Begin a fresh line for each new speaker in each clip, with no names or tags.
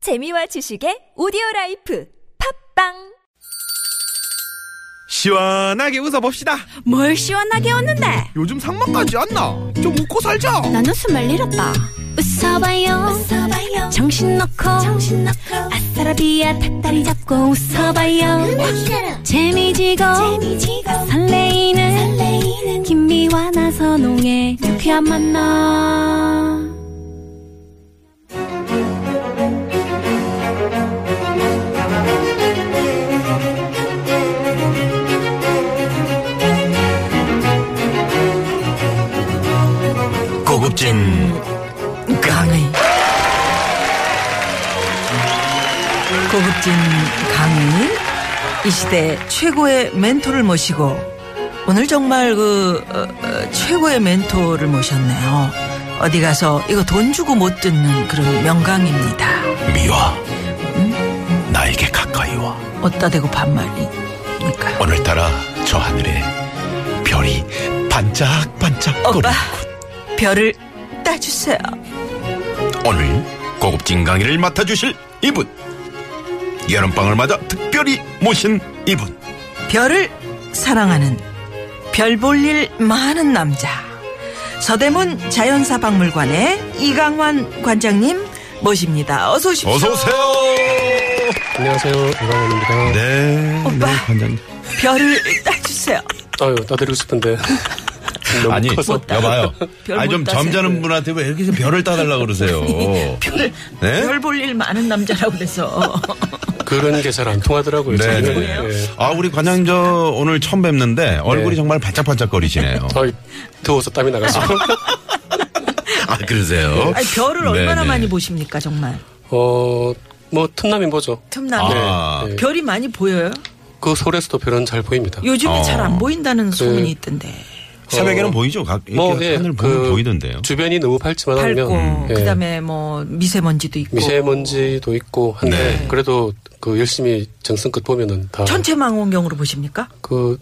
재미와 지식의 오디오 라이프 팝빵
시원하게 웃어봅시다.
뭘 시원하게 웃는데
요즘 상만까지 안 나. 좀 웃고 살자.
난 웃음을 잃었다 웃어봐요, 정신 놓고 아싸라비아 닭다리 잡고 웃어봐요 재미지고, 설레이는, 김미와 나선홍의 유쾌한 만남
고급진 강의 고급진 강의는 이 시대 최고의 멘토를 모시고 오늘 정말 그 어, 어, 최고의 멘토를 모셨네요 어디 가서 이거 돈 주고 못 듣는 그런 명강입니다
미와 나에게 가까이 와
어따 대고 반말이니까
오늘따라 저 하늘에 별이 반짝반짝
오빠
거리
별을 따주세요
오늘 고급진 강의를 맡아주실 이분 여름방을 맞아 특별히 모신 이분
별을 사랑하는 별 볼 일 많은 남자 서대문 자연사 박물관의 이강환 관장님 모십니다. 어서 오십시오.
어서 오세요
안녕하세요, 이광원입니다.
네
오빠.
네, 관장님
별을 따주세요.
아유, 따드리고 싶은데. 너무
아니
커서.
여봐요
별
아니 좀
못 따세요.
점잖은 분한테 왜 이렇게 별을 따달라 그러세요
별을
네?
별 볼 일 많은 남자라고 그래서
그런 게 잘 안 통하더라고요.
네,
저는.
네.
예.
아 우리 관장님 저 오늘 처음 뵙는데 얼굴이 정말 반짝반짝거리시네요
아이, 더워서 땀이 나가서.
아 그러세요
아니, 별을
네,
얼마나
네.
많이 보십니까 정말
어, 뭐, 틈남이 뭐죠?
틈나게
아.
네.
별이 많이 보여요.
그 서울에서도 별은 잘 보입니다.
요즘에
어.
잘 안 보인다는 소문이 있던데
새벽에는
어,
보이죠 각 이렇게
예,
하늘 보면
그
보이던데요
주변이 너무 밝지만
밝고
하면. 예,
그다음에 뭐 미세먼지도 있고
미세먼지도 있고 한데,
네.
그래도 그 열심히 정성껏 보면은 다.
전체 망원경으로 보십니까?
그,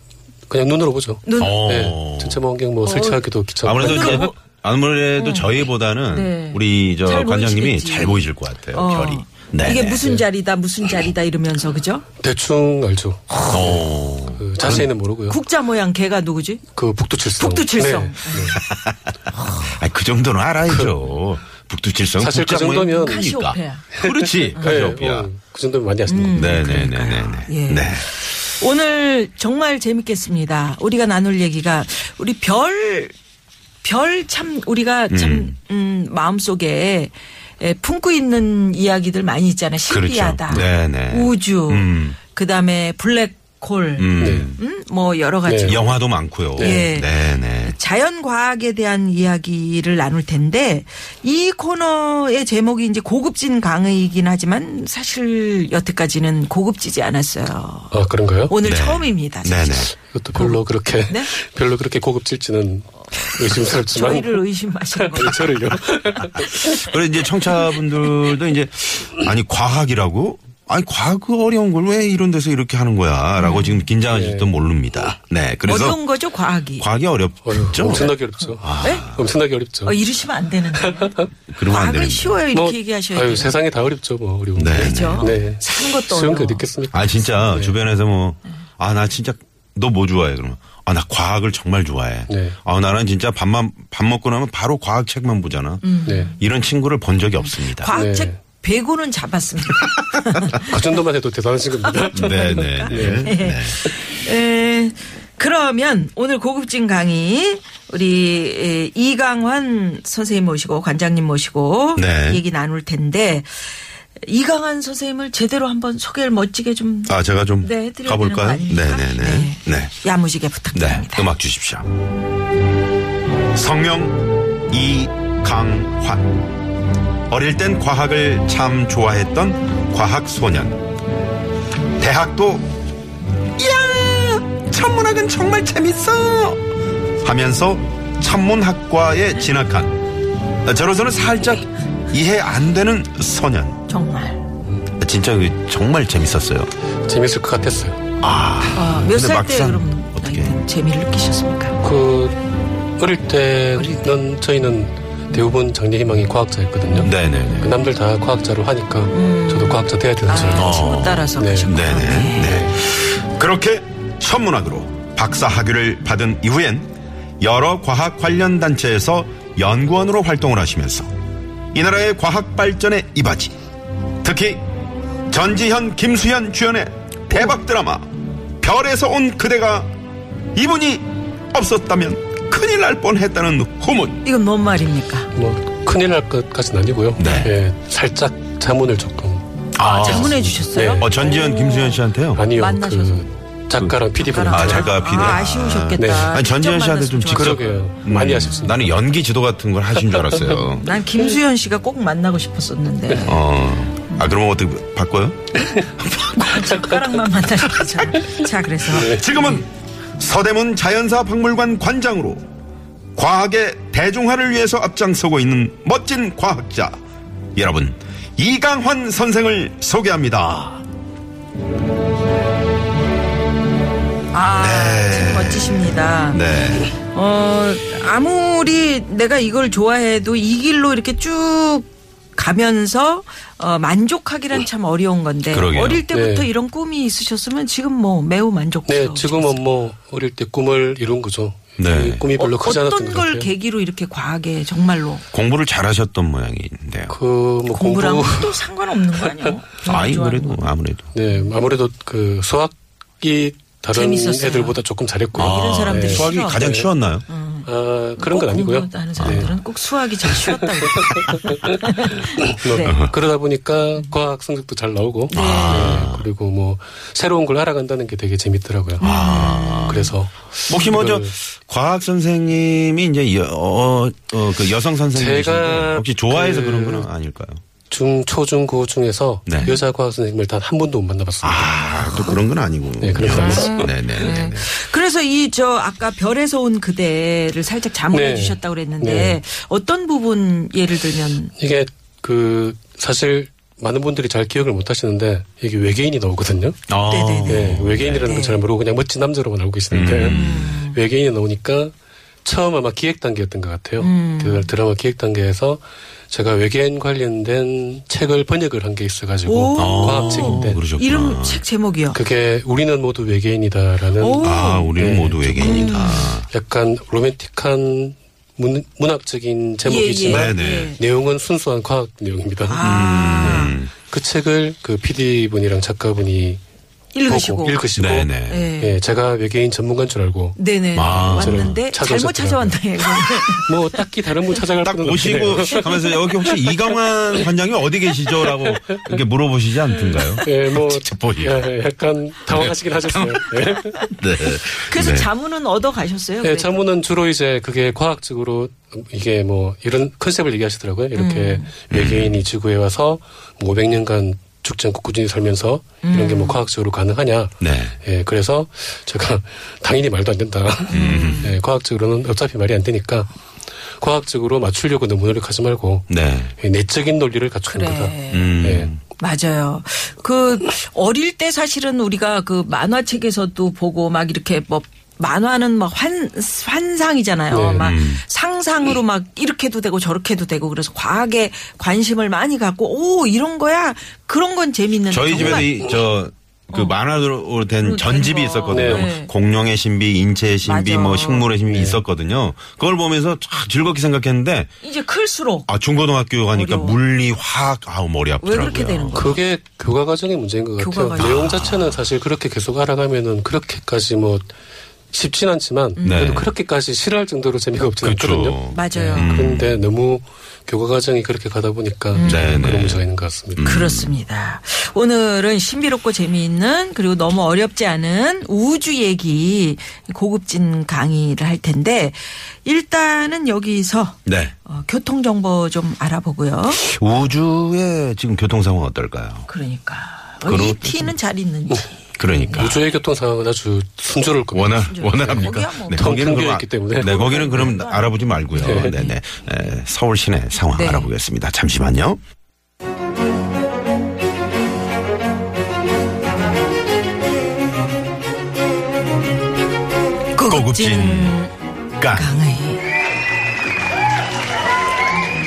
그냥 눈으로 보죠.
눈
어.
예, 전체 망원경
어.
뭐 설치하기도 귀찮고.
아무래도 이제 아무래도 저희보다는
네.
우리 저
잘
관장님이
보이시겠지.
잘 보이실 것 같아요.
어.
결이. 네.
이게
네.
무슨 자리다 무슨 자리다 이러면서 그죠?
대충 알죠.
어.
그 자세히는 모르고요.
국자 모양 개가 누구지?
그
네.
북두칠성. 네.
북두칠성.
아니, 그 정도는 알아야죠. 북두칠성
사실 그
국장모의
정도면
그러니까.
카시오페아.
그렇지. 카시오페아.
어, 그 정도면 많이
음.
아시는 겁니다.
네, 네, 네, 네,
예.
네. 네.
오늘 정말 재밌겠습니다. 우리가 나눌 얘기가 우리 별, 별 참 우리가 참, 음, 마음속에 예, 품고 있는 이야기들 많이 있잖아요. 신비하다.
그렇죠. 네, 네.
우주.
음.
그 다음에 블랙홀. 음.
음.
뭐 여러 가지.
네.
영화도 많고요.
예.
네, 네.
자연과학에 대한 이야기를 나눌 텐데 이 코너의 제목이 이제 고급진 강의이긴 하지만 사실 여태까지는 고급지지 않았어요.
아, 그런가요?
오늘
네.
처음입니다.
네,
사실.
네.
그것도 별로 그렇게,
네?
별로 그렇게 고급질지는 의심스럽지만.
저희를 의심하시는 거예요.
아니, 저를요.
그래 이제 청취자분들도 이제 아니 과학이라고 아니 과학 그 어려운 걸 왜 이런 데서 이렇게 하는 거야라고 지금 긴장하실지도 모릅니다. 네, 그래서
어떤 거죠 과학이?
과학이
어휴,
어렵죠.
엄청나게 어렵죠.
네?
엄청나게 어렵죠.
어, 이러시면 안 되는데.
그러면 안
과학은
되는
쉬워요 이렇게
뭐,
얘기하셔야 돼요.
아유, 세상에 다 어렵죠, 뭐, 어려운
네,
게.
그렇죠.
네.
사는 것도
쉬운 게
어려워.
어디 있겠습니까?
아 진짜
네.
주변에서 뭐 아 나 진짜 너 뭐 좋아해 그러면 아 나 과학을 정말 좋아해.
네.
아 나는 진짜 밥만 밥 먹고 나면 바로 과학 책만 보잖아.
네.
이런 친구를 본 적이 없습니다.
음. 과학책
네.
100고는 잡았습니다.
그 정도만 해도 대단하신 겁니다.
네, 네, 네. 네.
에, 그러면 오늘 고급진 강의 우리 에, 이강환 선생님 모시고 관장님 모시고
네.
얘기 나눌 텐데 이강환 선생님을 제대로 한번 소개를 멋지게 좀
아 제가 좀
네, 해드려야
가볼까요?
되는 거 아닙니까?
네, 네. 네. 네.
야무지게
네,
부탁드립니다.
음악 주십시오. 성명 이강환. 어릴 땐 과학을 참 좋아했던 과학 소년. 대학도 야 천문학은 정말 재밌어 하면서 천문학과에 진학한 저로서는 살짝 이해 안 되는 소년.
정말
진짜 이거 정말 재밌었어요.
아.
재밌을 것 같았어요.
몇
근데
살때
막상
그럼 아,
어떻게?
나이든 재미를 느끼셨습니까?
그, 어릴 때는 그, 저희는 대부분 장래희망이 과학자였거든요. 그
네네네.
남들 다 과학자로 하니까 저도 과학자 돼야 되는
아,
줄 알고.
친구 따라서
네.
가셨구나.
네네. 네. 그렇게 천문학으로 박사 학위를 받은 이후엔 여러 과학 관련 단체에서 연구원으로 활동을 하시면서 이 나라의 과학 발전에 이바지. 특히 전지현, 김수현 주연의 대박 드라마 별에서 온 그대가 이분이 없었다면 큰일 날 뻔했다는 후문.
이건 뭔 말입니까?
뭐 큰일 날 것까지는 아니고요.
네.
예, 살짝 자문을 조금
아,
자문해 주셨어요?
네.
어, 전지현, 김수현 씨한테요?
아니요.
만나셔서.
그 작가랑 PD분
아, 작가 PD.
아, 아쉬우셨겠다.
네.
아니, 전지현
직접
씨한테 좀
만났으면
직접
좋았을
그러게요.
거예요.
음,
많이 아쉽습니다.
나는 연기 지도 같은 걸 하신 줄 알았어요.
난 김수현 씨가 꼭 만나고 싶었었는데
어. 아, 그러면 어떻게 바꿔요?
젓가락만 만나셨잖아. 자, 그래서
네.
지금은 서대문 자연사 박물관 관장으로 과학의 대중화를 위해서 앞장서고 있는 멋진 과학자 여러분 이강환 선생을 소개합니다.
아,
네.
참 멋지십니다.
네.
어, 아무리 내가 이걸 좋아해도 이 길로 이렇게 쭉 가면서 어, 만족하기란 참 어려운 건데
그러게요.
어릴 때부터
네.
이런 꿈이 있으셨으면 지금 뭐 매우
네,
만족스러워.
지금은 뭐 어릴 때 꿈을 이룬 거죠.
네.
이 꿈이 별로 크지 않았던
어떤
것
걸
같아요.
계기로 이렇게 과하게 정말로
공부를 잘하셨던 모양인데요.
그뭐 공부
공부랑 또 상관없는 거 아니에요?
아이
좋아하는
그래도
거.
아무래도
네, 아무래도 그 수학이 다른
재밌었어요.
애들보다 조금 잘했고요.
아, 이런 사람들이
네.
수학이
싫어하네.
가장 쉬웠나요?
아, 그런
꼭
건 아니고요.
어,
네.
공부하는 사람들은 꼭 수학이 잘 쉬웠다.
뭐
네.
그러다 보니까 과학 성적도 잘 나오고 네, 그리고 뭐 새로운 걸 알아간다는 게 되게 재밌더라고요.
아.
그래서
혹시 뭐저
이걸-
과학 선생님이 이제 여, 어, 어, 그 여성 선생님이신데
제가
혹시 좋아해서
그-
그... 런 거는 아닐까요?
중, 초, 중, 고 중에서
네.
여자 과학 선생님을 단 한 번도 못 만나봤습니다.
아, 또 그런 건 아니고.
네, 그런 건
음.
아니고.
네, 네, 네. 네.
그래서 이 저 아까 별에서 온 그대를 살짝 자문해
네.
주셨다고 그랬는데
네.
어떤 부분 예를 들면
이게 그 사실 많은 분들이 잘 기억을 못 하시는데 이게 외계인이 나오거든요.
아,
네네네.
네, 외계인이라는
네.
걸 잘 모르고 그냥 멋진 남자로만 알고 계시는데
음.
외계인이 나오니까 처음 아마 기획 단계였던 것 같아요.
음.
그 드라마 기획 단계에서 제가 외계인 관련된 책을 번역을 한 게 있어가지고
오.
과학책인데
아, 그러셨구나. 아,
이름 책 제목이요.
그게 우리는 모두 외계인이다라는
오.
아, 우리는
네,
모두 외계인이다.
약간 로맨틱한 문, 문학적인
예,
제목이지만
네, 네.
내용은 순수한 과학 내용입니다.
아,
그 책을 그 PD 분이랑 작가분이
읽으시고.
보고 어, 읽으시고
네, 네.
네.
예, 제가 외계인 전문가인 줄 알고
네네.
아,
왔는데
찾아오셨더라고요.
잘못 찾아왔네. 이거.
뭐 딱히 다른 분 찾아갈
딱
분은
오시고
없네요.
가면서 여기 혹시 이강환 관장이 어디 계시죠? 라고 이렇게 물어보시지 않던가요?
예, 뭐
직접 보기.
예, 약간 당황하시긴 하셨어요. 예.
네.
그래서
네.
자문은 얻어 가셨어요.
예,
그래도?
자문은 주로 이제 그게 과학적으로 이게 뭐 이런 컨셉을 얘기하시더라고요. 이렇게 외계인이 지구에 와서 뭐 500년간 죽지 않고 꾸준히 살면서 이런 게 뭐 과학적으로 가능하냐.
네.
예, 그래서 제가 당연히 말도 안 된다.
음.
예, 과학적으로는 어차피 말이 안 되니까 과학적으로 맞추려고 너무 노력하지 말고
네.
예, 내적인 논리를 갖추는
그래.
거다.
음.
예.
맞아요. 그 어릴 때 사실은 우리가 그 만화책에서도 보고 막 이렇게 뭐 만화는 막 환, 환상이잖아요.
네.
막
음.
상상으로 막 이렇게도 되고 저렇게도 되고 그래서 과학에 관심을 많이 갖고 오 이런 거야 그런 건 재밌는데
저희
정말 어. 음,
집에도 이, 저, 그 만화로
그거
된 전집이
된 거.
있었거든요.
네.
뭐 공룡의 신비, 인체의 신비,
맞아.
뭐 식물의 신비 있었거든요. 그걸 보면서 참 즐겁게 생각했는데,
이제 클수록
아, 중고등학교 가니까
어려워.
물리, 화학, 아우, 머리
왜
아프더라고요.
그렇게 되는 거야?
그게 교과 과정의 문제인 것
교과
같아요.
과정.
내용 자체는 사실 그렇게 계속 알아가면은 그렇게까지 뭐 쉽진 않지만
음.
네.
그래도 그렇게까지 싫어할 정도로 재미가 없지 않거든요.
그렇죠.
맞아요.
그런데 너무 교과 과정이 그렇게 가다 보니까
음.
네, 네. 음.
그런 문제가 있는 것 같습니다.
그렇습니다. 오늘은 신비롭고 재미있는 그리고 너무 어렵지 않은 우주 얘기 고급진 강의를 할 텐데 일단은 여기서
네.
어, 교통 정보 좀 알아보고요.
우주의 지금 교통 상황 어떨까요?
그러니까
그럼-
이 티는 잘 있는지
그러니까.
우주의 교통 상황은 아주 순조로울 겁니다.
원하
거기야
원합니까?
뭐
네,
통-
거기는 그럼 아-
통계였기 때문에.
네, 거기는 그럼 알아보지 말고요. 네,
네.
네. 에, 서울 시내 상황
네.
알아보겠습니다. 잠시만요. 고급진
고급진
깡.
그러니까. 강의.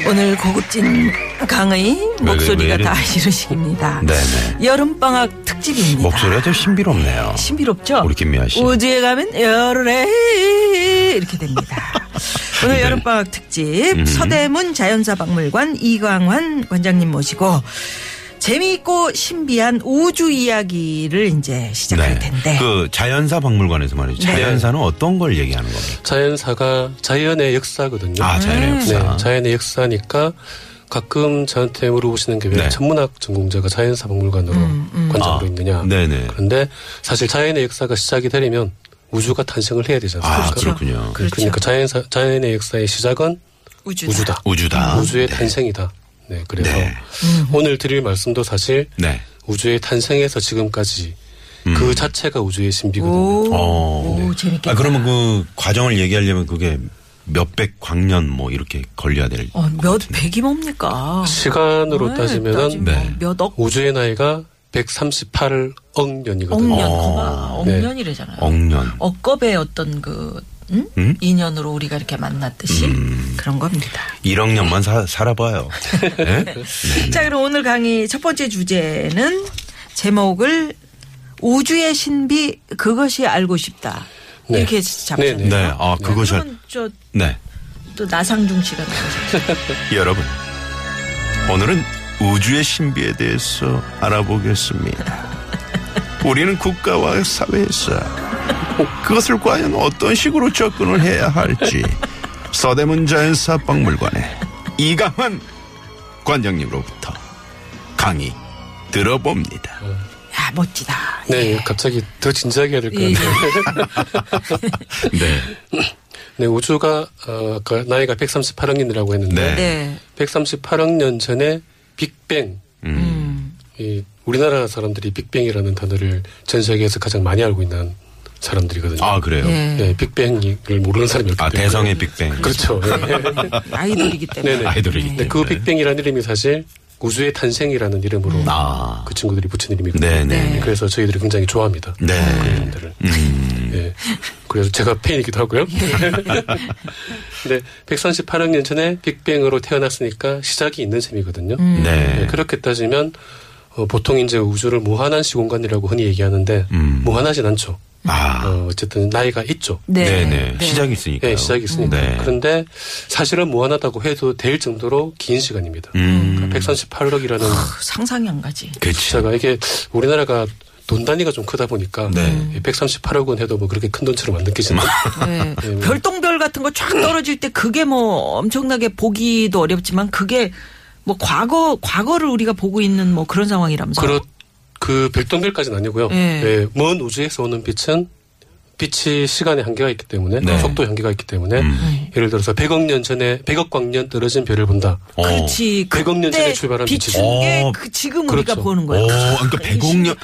오늘 고급진 강의
왜
목소리가
이래?
다 이러십니다.
네네.
여름방학 특집입니다.
목소리가 좀 신비롭네요.
신비롭죠?
우리 김미아 씨.
우주에 가면 열해 이렇게 됩니다. 오늘
네.
여름방학 특집
음.
서대문 자연사박물관 이광환 관장님 모시고 재미있고 신비한 우주 이야기를 이제 시작할 텐데
그 자연사 박물관에서 말이죠.
네.
자연사는 어떤 걸 얘기하는 겁니까?
자연사가 자연의 역사거든요.
아, 자연의 역사.
네, 자연의 역사니까 가끔 저한테 물어보시는 게 왜
네.
천문학 전공자가 자연사 박물관으로 관장으로
아,
있느냐.
네네.
그런데 사실 자연의 역사가 시작이 되려면 우주가 탄생을 해야 되지 않습니까?
아, 그렇군요.
그- 그러니까 자연사, 자연의 역사의 시작은
우주다.
우주다.
우주다.
우주의
네.
탄생이다. 네, 그래서
네.
오늘 드릴 말씀도 사실
네. 음.
우주의 탄생에서 지금까지 그 자체가 우주의 신비거든요.
오,
어.
오, 재밌겠다.
아, 그러면 그 과정을 얘기하려면 그게 몇백 광년 뭐 이렇게 걸려야 될.
어, 몇 백이 뭡니까?
시간으로
네,
따지면은
따지면
네.
몇 억,
우주의 나이가 138억 년이거든요.
억년,
어.
그만.
네.
억년이래잖아요.
억년.
억겁의 어떤 그 응?
음?
인연으로 우리가 이렇게 만났듯이 그런 겁니다.
1억 년만 사, 살아봐요. 예?
자, 그럼 오늘 강의 첫 번째 주제는 제목을 우주의 신비 그것이 알고 싶다.
네.
이렇게 잡잖아요.
네,
네. 아, 그것이.
그건 저,
네.
또 나상중 씨가 나오죠.
여러분, 오늘은 우주의 신비에 대해서 알아보겠습니다. 우리는 국가와 사회에서 그것을 과연 어떤 식으로 접근을 해야 할지 서대문 자연사 박물관의 이강환 관장님으로부터 강의 들어봅니다.
야, 멋지다.
네, 갑자기 더 진지하게 해야 될 것
예,
같아요.
네.
네, 우주가 어, 아까 나이가 138억 년이라고
네.
했는데
네.
138억 년 전에 빅뱅
음.
이 우리나라 사람들이 빅뱅이라는 단어를 전 세계에서 가장 많이 알고 있는 사람들이거든요.
아, 그래요?
네.
네, 빅뱅을 모르는 사람이 없기
아,
때문에.
대성의 빅뱅.
그렇죠. 네.
아이돌이기 때문에.
네네.
아이돌이기
근데 그
때문에.
빅뱅이라는 이름이 사실 우주의 탄생이라는 이름으로
아.
그 친구들이 붙인 이름이거든요.
네네.
네, 그래서 저희들이 굉장히 좋아합니다.
네.
그 이름들을.
음. 예.
예. 그래서 제가 팬이기도 하고요. 근데 138억 년 전에 빅뱅으로 태어났으니까 시작이 있는 셈이거든요. 예,
네.
그렇게 따지면 어, 보통 이제 우주를 무한한 시공간이라고 흔히 얘기하는데
음.
무한하진 않죠.
아.
어, 어쨌든 나이가 있죠.
네네. 시작이 있으니까.
네, 시작이 있으니까.
네.
그런데 사실은 무한하다고 해도 될 정도로 긴 시간입니다. 그러니까
음. 아.
138억이라는
그 상상이 안 가지.
그치.
숫자가 이게 우리나라가 돈 단위가 좀 크다 보니까
네.
138억 원 해도 뭐 그렇게 큰 돈처럼 안 느끼지만
네.
네, 뭐.
별똥별 같은 거 쫙 떨어질 때 그게 뭐 엄청나게 보기도 어렵지만 그게 뭐 과거 과거를 우리가 보고 있는 뭐 그런 상황이라면서.
그렇 그 별똥별까지는 아니고요.
네.
예, 먼 우주에서 오는 빛은 빛이 시간에 한계가 있기 때문에
네.
속도 한계가 있기 때문에
음.
예를 들어서 100억 년 전에 100억 광년 떨어진 별을 본다.
어.
그렇지.
100억 년 전에 출발한
비춘
빛이죠.
게
어.
그 지금 우리가
그렇죠.
보는 거야.
오, 그러니까 100억년.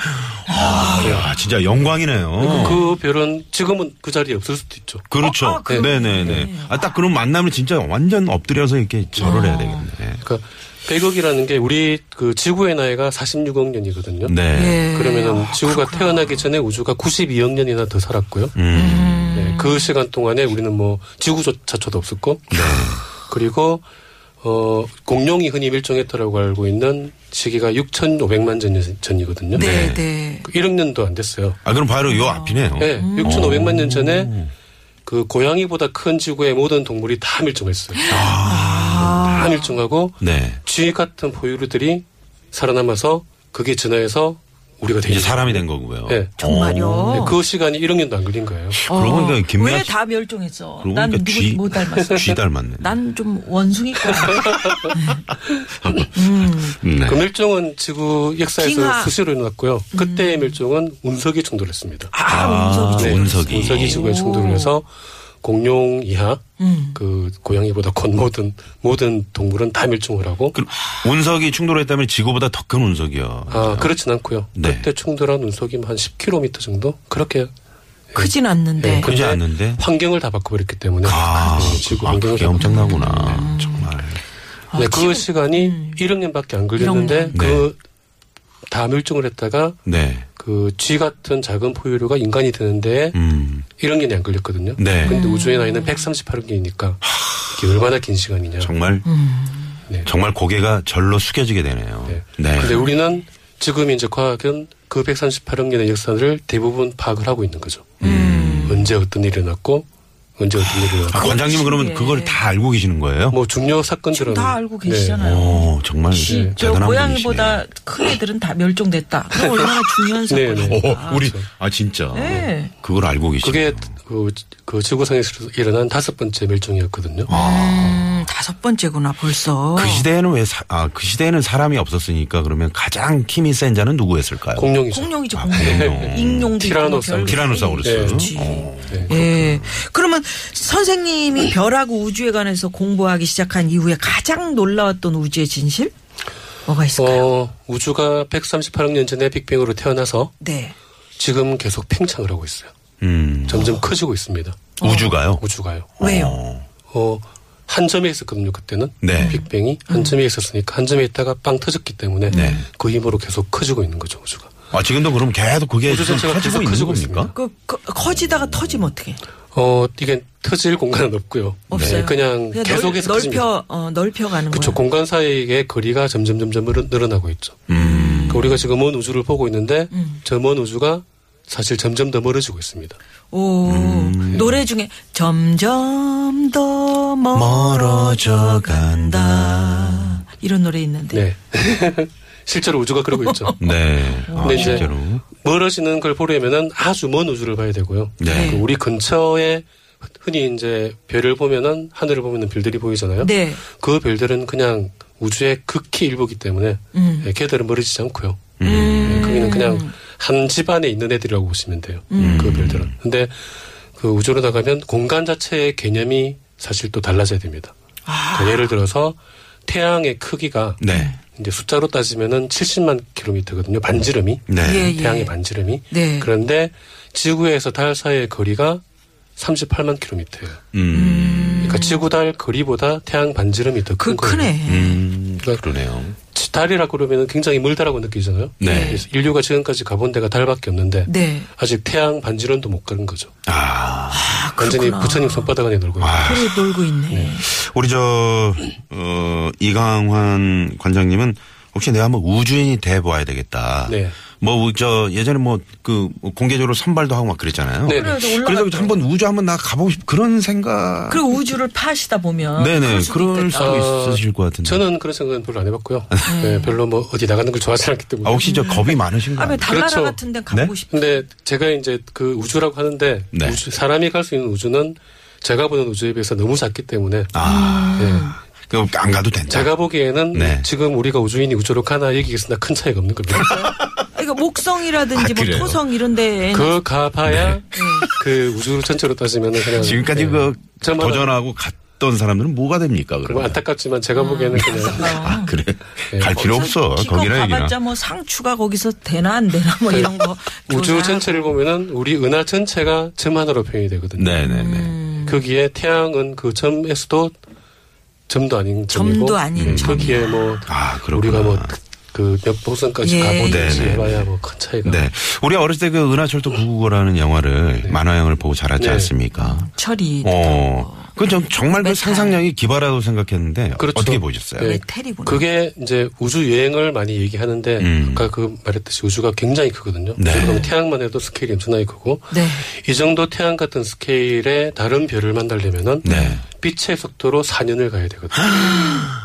아, 야, 진짜 영광이네요.
그 별은 지금은 그 자리에 없을 수도 있죠.
그렇죠.
어, 아, 그러네.
네네네. 아, 딱 그런 만남을 진짜 완전 엎드려서 이렇게 절을 해야 되겠네.
그러니까 100억이라는 게 우리 그 지구의 나이가 46억 년이거든요.
네.
예.
그러면은 지구가 태어나기 전에 우주가 92억 년이나 더 살았고요.
음.
네, 그 시간 동안에 우리는 뭐 지구조차도 없었고
네.
그리고 어 공룡이 흔히 멸종했다라고 알고 있는 시기가 6,500만 년 전이거든요.
네,
네.
네.
그 1억 년도 안 됐어요.
아, 그럼 바로 요 앞이네요.
네, 6,500만 년
음.
전에 그 고양이보다 큰 지구의 모든 동물이 다 멸종했어요.
아.
다 멸종하고
네.
쥐 같은 포유류들이 살아남아서 그게 진화해서 우리가 되게
이제 사람이 된 거고요.
네.
정말요. 어.
어.
그 시간이 1억 년도 안 걸린 거예요.
그러고 보니까 김미아 씨-
왜다 멸종했어?
그러고
난
보니까
누구
쥐.
못 닮았어.
쥐 닮았네.
난 좀 원숭이 거야.
네.
그 멸종은 지구 역사에서
빙하.
수시로 일어났고요. 그때의 멸종은 운석이 충돌했습니다.
아, 운석이.
네.
좋아.
음. 운석이.
지구에 충돌을 해서 공룡 이하
음.
그 고양이보다 곧 모든 모든 동물은 다 멸종을 하고
그 운석이 충돌했다면 지구보다 더 큰 운석이요.
아 그렇진 않고요.
네.
그때 충돌한 운석이 한 10km 정도 그렇게
크진
예,
않는데.
그- 크지 않는데?
환경을 다 바꿔버렸기 때문에
아,
예, 지구
아,
환경을
그게 아,
다
엄청나구나.
음.
정말.
바꿔- 네, 그 시간이
음.
1억 년밖에 안 걸렸는데
년.
그 다 멸종을 했다가
네.
그 쥐 같은 작은 포유류가 인간이 되는데
음.
1억 년이 안 걸렸거든요.
네.
근데 우주의 나이는 138억 년이니까 이게 얼마나 긴 시간이냐.
정말
네.
네. 정말 고개가 절로 숙여지게 되네요.
네.
네.
근데 우리는 지금 이제 과학은 그 138억 년의 역사를 대부분 파악을 하고 있는 거죠. 언제 어떤 일이 일어났고 언제 어떤 일이
음. 아,
일어났고
관장님은 그러면
예.
그걸 다 알고 계시는 거예요?
뭐 중요 사건들은 네.
지금 다 알고 계시잖아요.
오, 정말
씨, 저
어, 네. 대단한
고양이보다 큰 애들은 다 멸종됐다. 그럼 얼마나 중요한
네, 네.
분이시네.
사건입니까?
오, 우리 아 진짜
네.
그걸 알고 계시네요.
그게 그, 그 지구상에서 일어난 다섯 번째 멸종이었거든요.
아.
음, 다섯 번째구나 벌써.
그 시대에는 왜, 사, 아, 그 시대에는 사람이 없었으니까 그러면 가장 힘이 센 자는 누구였을까요?
공룡이죠.
공룡이죠
아,
공룡.
공룡.
익룡도 있고 뭐
티라노사우루스.
티라노사우루스.
그렇지.
어.
네.
예. 그러면 선생님이 별하고 우주에 관해서 공부하기 시작한 이후에 가장 놀라웠던 우주의 진실 뭐가 있을까요?
어, 우주가 138억 년 전에 빅뱅으로 태어나서
네.
지금 계속 팽창을 하고 있어요.
음. 어.
점점 커지고 있습니다.
우주가요?
어.
우주가요.
왜요?
어.
어, 한 점에 있었거든요, 그때는.
네.
빅뱅이 한 점에 있었으니까 한 점에 있다가 빵 터졌기 때문에
네.
그 힘으로 계속 커지고 있는 거죠, 우주가.
아, 지금도 그럼 계속 그게
우주
지금
전체가
커지고
계속
있는
커지고
겁니까?
있습니다.
그, 그 커지다가 터지면 어떻게?
어, 이게 터질 공간은 없고요.
없어요.
네, 그냥,
넓-
계속해서 커집니다.
넓혀 어, 넓혀가는
그렇죠.
거예요.
공간 사이의 거리가 점점 점점 늘어- 늘어나고 있죠. 그러니까 우리가 지금 먼 우주를 보고 있는데 저 먼 우주가 사실 점점 더 멀어지고 있습니다.
오 노래 중에 점점 더 멀어져
멀어져
간다 이런 노래 있는데
네. 실제로 우주가 그러고 있죠.
네. 아,
근데 이제
실제로.
멀어지는 걸 보려면은 아주 먼 우주를 봐야 되고요.
네.
그 우리 근처에 흔히 이제 별을 보면은 하늘을 보면은 별들이 보이잖아요.
네.
그 별들은 그냥 우주의 극히 일부기 때문에 예, 걔들은 멀어지지 않고요.
음.
예, 거기는 그냥 한 집안에 있는 애들이라고 보시면 돼요. 그 별들은. 근데 그 우주로 나가면 공간 자체의 개념이 사실 또 달라져야 됩니다. 그러니까 예를 들어서 태양의 크기가
네.
이제 숫자로 따지면은 70만 킬로미터거든요. 반지름이.
네.
예, 예.
태양의 반지름이.
네.
그런데 지구에서 달 사이의 거리가 38만 킬로미터예요.
음.
그러니까 지구 달 거리보다 태양 반지름이 더
그
큰 거예요.
크네.
음.
그러니까
그러네요.
지- 달이라고 그러면 굉장히 멀다라고 느끼잖아요.
네.
그래서 인류가 지금까지 가본 데가 달밖에 없는데
네.
아직 태양 반지름도 못 가는 거죠.
아.
완전히
그렇구나.
부처님 손바닥 안에 놀고 있는 거예요.
그래 놀고 있네.
우리 저, 어, 이강환 관장님은 혹시 내가 한번 우주인이 돼 보아야 되겠다.
네.
뭐, 저, 예전에 뭐, 그, 공개적으로 선발도 하고 막 그랬잖아요.
네.
그래도
그래서
올라가죠.
한번 우주 한번 나 가보고 싶 그런 생각. 아,
그리고 우주를 파시다 보면
네네.
그럴 수도
그럴
있겠다.
수도
아,
있으실 것 같은데.
저는 그런 생각은 별로 안 해봤고요. 네, 별로 뭐 어디 나가는 걸 좋아하지 않기 때문에.
아, 혹시 저 겁이 많으신 거
아, 왜
아니에요?
달나라
그렇죠.
같은 데 가고
네?
싶.
근데 제가 이제 그 우주라고 하는데
네.
우주- 사람이 갈 수 있는 우주는 제가 보는 우주에 비해서 너무 작기 때문에
아,
예.
그럼 안 가도 된다.
제가 보기에는
네.
지금 우리가 우주인이 우주로 가나 얘기겠으나 큰 차이가 없는 겁니다.
그러니까
아,
목성이라든지 뭐
그래요?
토성 이런 데
그 가봐야 그 우주로 전체로 따지면
네.
그냥
지금까지
예.
그
저마다
도전하고 갔던 사람들은 뭐가 됩니까,
뭐
그러면?
안타깝지만
음,
네. 제가 보기에는 그냥
아, 그래? 갈 필요 없어. 거기는 그냥.
가봤자 뭐 상추가 거기서 되나 안 되나 뭐
네.
이런 거
우주
조사하고.
전체를 보면은 우리 은하 전체가 점 하나로 표현이 되거든요.
네네네.
음.
음. 거기에 태양은 그 점에서도 점도 아닌 점이고
점도 아닌
예,
점.
거기에 뭐
음. 아, 그렇구나.
우리가 뭐 뭐그몇 보선까지
예.
가보든지
네네.
해봐야 뭐 큰 차이가
네. 우리 어렸을 때 그 은하철도 999라는 영화를 만화영화를 보고 자랐지
네.
않습니까?
철이
어. 그건 정- 정말 그
메탈.
상상력이 기발하다고 생각했는데
그렇죠.
어떻게 보셨어요?
네.
왜 테리구나.
그게 이제 우주 여행을 많이 얘기하는데
음.
아까 그 말했듯이 우주가 굉장히 크거든요.
네.
그럼 태양만 해도 스케일이 엄청나게 크고
네.
이 정도 태양 같은 스케일의 다른 별을 만나려면은
네.
빛의 속도로 4년을 가야 되거든요.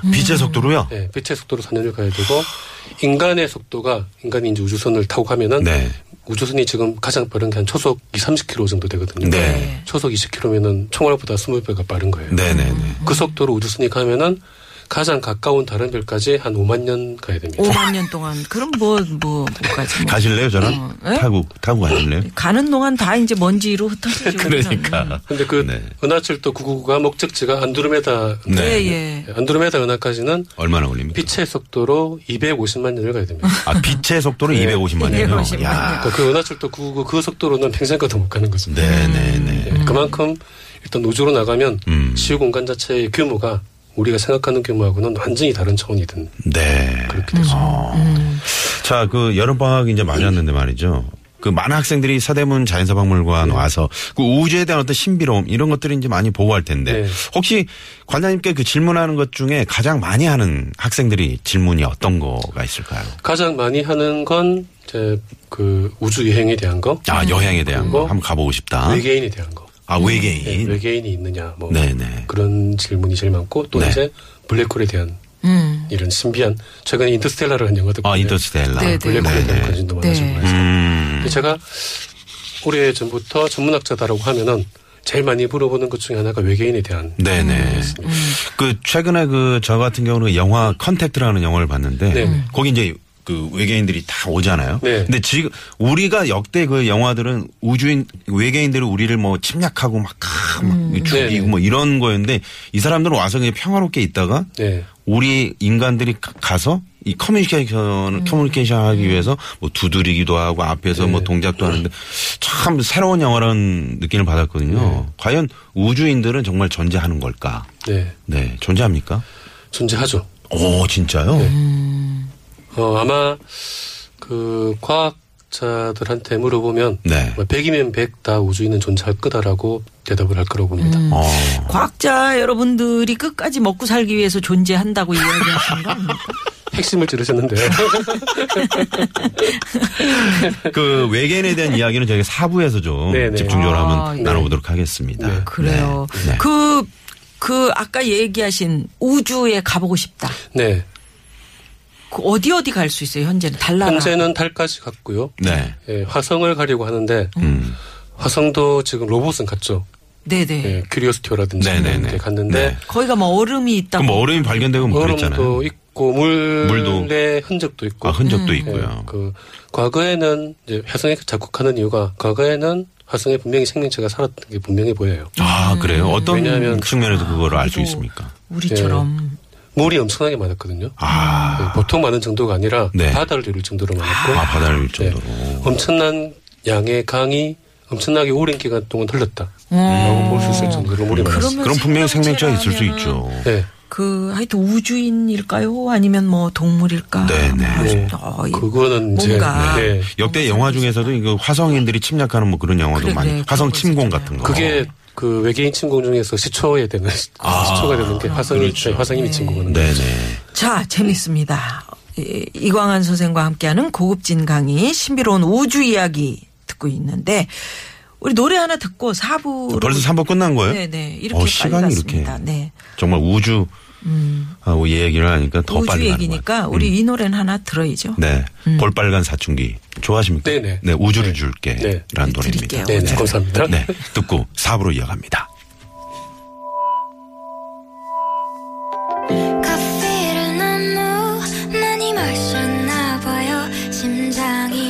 음.
빛의 속도로요?
네, 빛의 속도로 4년을 가야 되고 인간의 속도가 인간이 이제 우주선을 타고 가면은
네.
우주선이 지금 가장 빠른 게 한 초속 2, 30km 정도 되거든요.
네.
초속 20km면은 총알보다 20배가 빠른 거예요.
네네네.
그 속도로 우주선이 가면은 가장 가까운 다른 별까지 한 5만 년 가야 됩니다.
5만 년 동안 그럼 뭐뭐 뭐까지 뭐.
가실래요,
음,
저랑?
네?
어, 예?
타고, 타고 가실래요?
가는 동안 다 이제 먼지로 흩어지죠.
그러니까.
근데 그
네.
은하철도 999가 목적지가 안드로메다
네.
예예.
안드로메다 은하까지는
얼마나 걸립니까?
빛의 속도로 250만 년을 가야 됩니다.
아, 빛의 속도는
네.
250만 이요
250만
야.
그러니까 그 은하철도 999 그 속도로는 평생가도 못 가는 거죠.
네네네.
예, 그만큼 일단 우주로 나가면
음.
시유 공간 자체의 규모가 우리가 생각하는 규모하고는 완전히 다른 차원이 든
네. 아.
그렇게 되죠.
자, 그 여름방학 이제 맞았는데 말이죠. 그 많은 학생들이 서대문 자연사박물관 와서 그 우주에 대한 어떤 신비로움 이런 것들을 이제 많이 보고할 텐데
네.
혹시 관장님께 그 질문하는 것 중에 가장 많이 하는 학생들이 질문이 어떤 거가 있을까요?
가장 많이 하는 건 이제 그 우주 여행에 대한 거,
아 여행에 대한 거
그리고
한번 가보고 싶다.
외계인에 대한 거,
아
네,
외계인.
외계인이 있느냐 뭐
네네.
그런 질문이 제일 많고 또
네.
이제 블랙홀에 대한
음.
이런 신비한 최근에 인터스텔라라는 영화도
아
봤는데
인터스텔라.
네, 네.
블랙홀에 대한 관심도 많아지고
네.
그래서
음.
근데 제가 오래 전부터 전문학자다라고 하면은 제일 많이 물어보는 것 중에 하나가 외계인에 대한
네네.
음.
그 최근에 그 저 같은 경우는 영화 컨택트라는 영화를 봤는데
네네.
거기 이제 그 외계인들이 다 오잖아요.
네.
근데 지금 우리가 역대 그 영화들은 우주인 외계인들이 우리를 뭐 침략하고 막, 아, 막 죽이고
음. 네네.
뭐 이런 거였는데 이 사람들은 와서 그냥 평화롭게 있다가
네.
우리 인간들이 가- 가서 이 커뮤니케이션 커뮤니케이션 하기 위해서 뭐 두드리기도 하고 앞에서
네.
뭐 동작도 하는데 참 새로운 영화라는 느낌을 받았거든요. 과연 우주인들은 정말 존재하는 걸까?
네,
네, 존재합니까?
존재하죠.
오, 진짜요?
네. 어, 아마 그 과학자들한테 물어보면
네.
뭐 100이면 100 다 우주인은 존재할 거다라고 대답을 할 거라고 봅니다.
음.
어.
과학자 여러분들이 끝까지 먹고 살기 위해서 존재한다고 이야기하시는 거 아닙니까?
핵심을 찌르셨는데요.
그 외계인에 대한 이야기는 저희가 사부에서 좀
네네.
집중적으로
아,
한번
예.
나눠보도록 하겠습니다. 네.
그래요.
네.
그, 그 아까 얘기하신 우주에 가보고 싶다.
네.
그 어디 어디 갈 수 있어요, 현재는? 달나라.
현재는 달까지 갔고요.
네.
예, 화성을 가려고 하는데
음.
화성도 지금 로봇은 갔죠.
네네.
예, 큐리오스티오라든지
네네네.
이런 데 갔는데
네.
거기가 뭐 얼음이 있다고.
그럼 얼음이 발견되고 뭐 그랬잖아요.
얼음도 있고 물의
물도.
흔적도 있고
아, 흔적도
예,
있고요.
그 과거에는 이제 화성에 작곡하는 이유가 과거에는 화성에 분명히 생명체가 살았던 게 분명히 보여요.
아, 그래요? 어떤
왜냐하면
측면에서 그거를 알 수
또
있습니까?
우리처럼. 음.
물이 엄청나게 많았거든요.
아.
예, 보통 많은 정도가 아니라
네.
바다를 이룰 정도로 많았고
아, 바다를 올
예,
정도로.
엄청난 양의 강이 엄청나게 오랜 기간 동안 흘렀다.
음.
어.
볼수 있을 정도로 물이 많았어요.
그러면
그럼 분명히 생명체가 있을 수 있죠.
예.
그 하여튼 우주인일까요? 아니면 뭐 동물일까?
네네.
뭐
네.
어, 이-
그거는 이제
뭔가.
예.
역대 영화 중에서도 이거 화성인들이 침략하는 뭐 그런 영화도
그래, 네,
많이
그래.
화성
그거
침공
있었잖아요.
같은 거.
그게 그 외계인 침공 중에서 시초에 되는 시초가 되는 게 화성이
아, 그렇죠.
네, 화성이 침공하는 거.
네네.
자, 재밌습니다. 이- 이광한 선생과 함께하는 고급진 강의 신비로운 우주 이야기 듣고 있는데 우리 노래 하나 듣고 사부로
아, 벌써 3부 끝난 거예요?
네네 이렇게
어,
빨리
시간이
갔습니다.
이렇게.
네.
정말 우주 하고 이 얘기를 하니까 더
음.
빨리 가는
우주
거예요. 음.
얘기니까 음. 우리 이 노래는 하나 들어야죠.
네. 볼빨간 사춘기 좋아하십니까?
네네.
네, 우주를 줄게
네.
라는
드릴게요.
노래입니다.
네, 네, 감사합니다.
네. 듣고 4부로 이어갑니다.
커피를 너무 많이 마셨나 봐요 심장이